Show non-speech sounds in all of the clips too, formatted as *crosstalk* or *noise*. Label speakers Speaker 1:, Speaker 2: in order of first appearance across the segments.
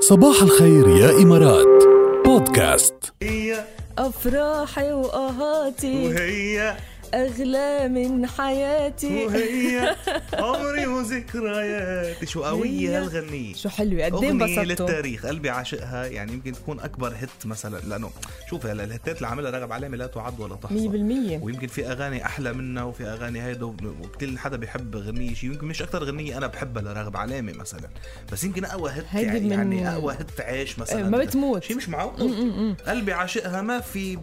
Speaker 1: صباح الخير يا إمارات بودكاست
Speaker 2: هي
Speaker 3: أفراحي وآهاتي
Speaker 2: وهي
Speaker 3: أغلى من حياتي
Speaker 2: وهي عمري وذكرياتي شو
Speaker 3: هي.
Speaker 2: قوية هالغنية
Speaker 3: شو حلوة قد
Speaker 2: أغنية
Speaker 3: ايه انبسطتوا
Speaker 2: للتاريخ قلبي عاشقها يعني يمكن تكون أكبر هت مثلا لأنه شوف هلا الهتات اللي عاملها رغب علامة لا تعد ولا تحصى
Speaker 3: 100%
Speaker 2: ويمكن في أغاني أحلى منها وفي أغاني هيدا وكل حدا بيحب غنية شيء يمكن مش أكثر غنية أنا بحبها لرغب علامة مثلا بس يمكن أقوى هت
Speaker 3: هيدي
Speaker 2: يعني,
Speaker 3: من-
Speaker 2: يعني أقوى هت عيش مثلا
Speaker 3: إيه، ما بتموت.
Speaker 2: شيء مش معقول قلبي عاشقها ما في ب...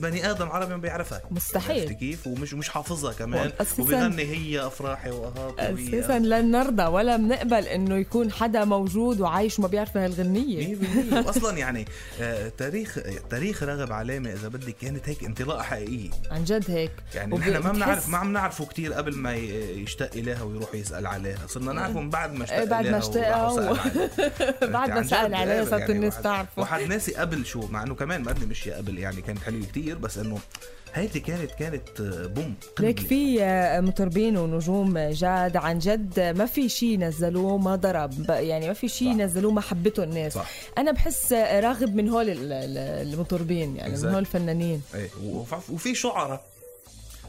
Speaker 2: بني ادم عربي ما بيعرفها
Speaker 3: مستحيل.
Speaker 2: عرفت كيف ومش مش حافظها كمان
Speaker 3: وأساساً-
Speaker 2: وبيغني هي افراحي واهاطي
Speaker 3: اساسا لن نرضى ولا بنقبل انه يكون حدا موجود وعايش وما بيعرف هالغنيه
Speaker 2: اصلا يعني آه، تاريخ تاريخ رغب علامه اذا بدك كانت هيك انطلاقه حقيقيه
Speaker 3: عن جد هيك
Speaker 2: يعني
Speaker 3: وب-
Speaker 2: نحن ما بنعرف
Speaker 3: بتحس-
Speaker 2: ما عم نعرفه كثير قبل ما ي- يشتاق اليها ويروح يسال عليها صرنا نعرفه من بعد ما اشتاق
Speaker 3: إيه، بعد ما
Speaker 2: إليها
Speaker 3: اشتاقها
Speaker 2: وراح وسأل عليها.
Speaker 3: *laughs* بعد ما
Speaker 2: عن جد،
Speaker 3: سأل عليها
Speaker 2: إيه،
Speaker 3: صارت
Speaker 2: يعني
Speaker 3: الناس
Speaker 2: واحد-
Speaker 3: تعرفه
Speaker 2: واحد ناسي قبل شو مع انه كمان ما قد مشي قبل يعني كانت حلوه كثير بس انه هيدي كانت كانت آه، بوم
Speaker 3: ليك
Speaker 2: قنبلة.
Speaker 3: في آه، مطربين ونجوم جاد عن جد ما في شيء نزلوه ما ضرب بقى- يعني ما في شيء
Speaker 2: صح.
Speaker 3: نزلوه ما حبته الناس
Speaker 2: صح.
Speaker 3: انا بحس آه، راغب من هول ال- ال- المطربين يعني من
Speaker 2: Exactly.
Speaker 3: هول الفنانين
Speaker 2: ايه وف- وفي شعراء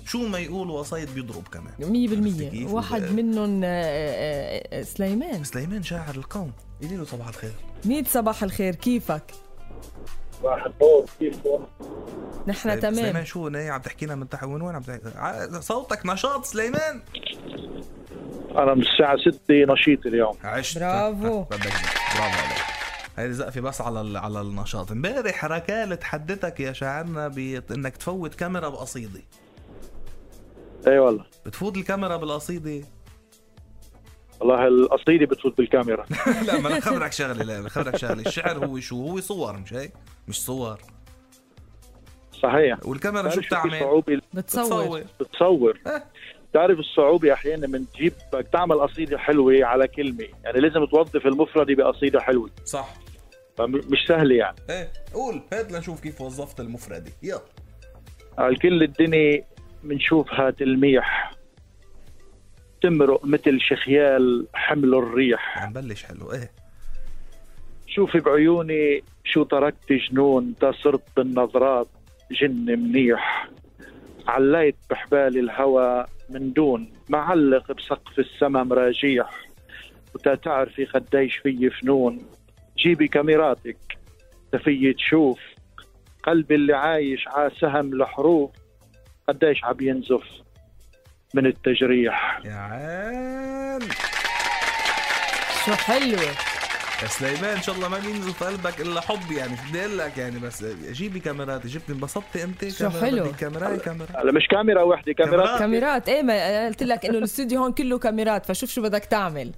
Speaker 2: شو ما يقول وصيد بيضرب كمان
Speaker 3: مية
Speaker 2: عرفت كيف؟
Speaker 3: بالمية واحد
Speaker 2: وب-
Speaker 3: منهم آه، آه، آه، سليمان
Speaker 2: سليمان شاعر القوم قولي له صباح الخير
Speaker 3: ميت صباح الخير كيفك
Speaker 4: مرحبا كيفكم؟
Speaker 3: نحن تمام
Speaker 2: سليمان شو ناي عم تحكينا من تحت من وين عم تحكي ع- صوتك نشاط سليمان
Speaker 4: انا من الساعة 6 نشيط اليوم
Speaker 2: عشت *laughs*
Speaker 3: برافو.
Speaker 2: بدك زق. برافو عليك هيدي زقفة بس على ال- على النشاط امبارح ركالة تحدتك يا شاعرنا بانك تفوت كاميرا بقصيدة
Speaker 4: اي إيه والله
Speaker 2: بتفوت الكاميرا بالقصيدة *laughs*
Speaker 4: والله القصيدة بتفوت بالكاميرا
Speaker 2: لا ما انا خبرك شغله لا أنا خبرك شغله الشعر هو شو هو صور مش هيك مش صور
Speaker 4: صحيح
Speaker 2: والكاميرا
Speaker 4: بتعرف
Speaker 2: شو
Speaker 4: شو في
Speaker 2: بتعمل
Speaker 4: صعوبة
Speaker 3: بتصور
Speaker 4: بتصور
Speaker 2: إيه.
Speaker 4: بتعرف الصعوبة احيانا من تجيب بدك تعمل قصيدة حلوة على كلمة يعني لازم توظف المفردة بقصيدة حلوة
Speaker 2: صح
Speaker 4: فم- مش سهلة يعني
Speaker 2: ايه قول هات لنشوف كيف وظفت المفردة يلا
Speaker 4: الكل الدنيا بنشوفها تلميح تمرق مثل شخيال حمل الريح
Speaker 2: عم بلش حلو ايه
Speaker 4: شوفي بعيوني شو تركت جنون تا صرت بالنظرات جن منيح عليت بحبال الهوى من دون معلق بسقف السما مراجيح وتا تعرفي قديش في فنون جيبي كاميراتك تفي تشوف قلبي اللي عايش ع سهم الحروب قديش عم ينزف من التجريح
Speaker 2: يا عال
Speaker 3: شو حلوة
Speaker 2: يا سليمان ان شاء الله ما بينزف قلبك الا حب يعني شو بدي اقول لك يعني بس جيبي كاميرات جبت انبسطت انت
Speaker 3: شو
Speaker 2: كاميرا
Speaker 3: حلو.
Speaker 2: بدي كاميرا هي كاميرا
Speaker 4: هلا مش كاميرا وحده كاميرات
Speaker 3: كاميرات ايه ما أنا قلت لك انه الاستوديو هون كله كاميرات فشوف شو بدك تعمل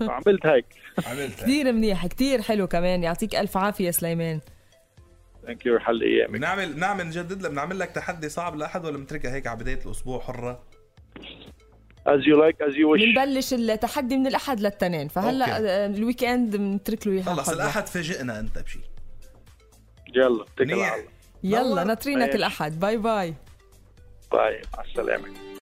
Speaker 4: عملت هيك
Speaker 2: عملتها
Speaker 3: كثير منيح كثير حلو كمان يعطيك الف عافية سليمان
Speaker 4: ثانك يو حل ايامك
Speaker 2: بنعمل نعمل نجدد لك بنعمل لك تحدي صعب لاحد ولا بنتركها هيك على بدايه الاسبوع حره
Speaker 4: as you like as you wish
Speaker 3: بنبلش التحدي من الاحد للتنين فهلا
Speaker 2: أوكي.
Speaker 3: آه، الويك اند بنترك له اياها
Speaker 2: خلص
Speaker 3: حظه.
Speaker 2: الاحد فاجئنا انت بشي
Speaker 4: يلا اتكل على
Speaker 2: منيح
Speaker 4: الله
Speaker 3: يلا
Speaker 2: نور.
Speaker 3: ناطرينك
Speaker 4: ماشي.
Speaker 3: الاحد باي باي
Speaker 4: باي مع السلامه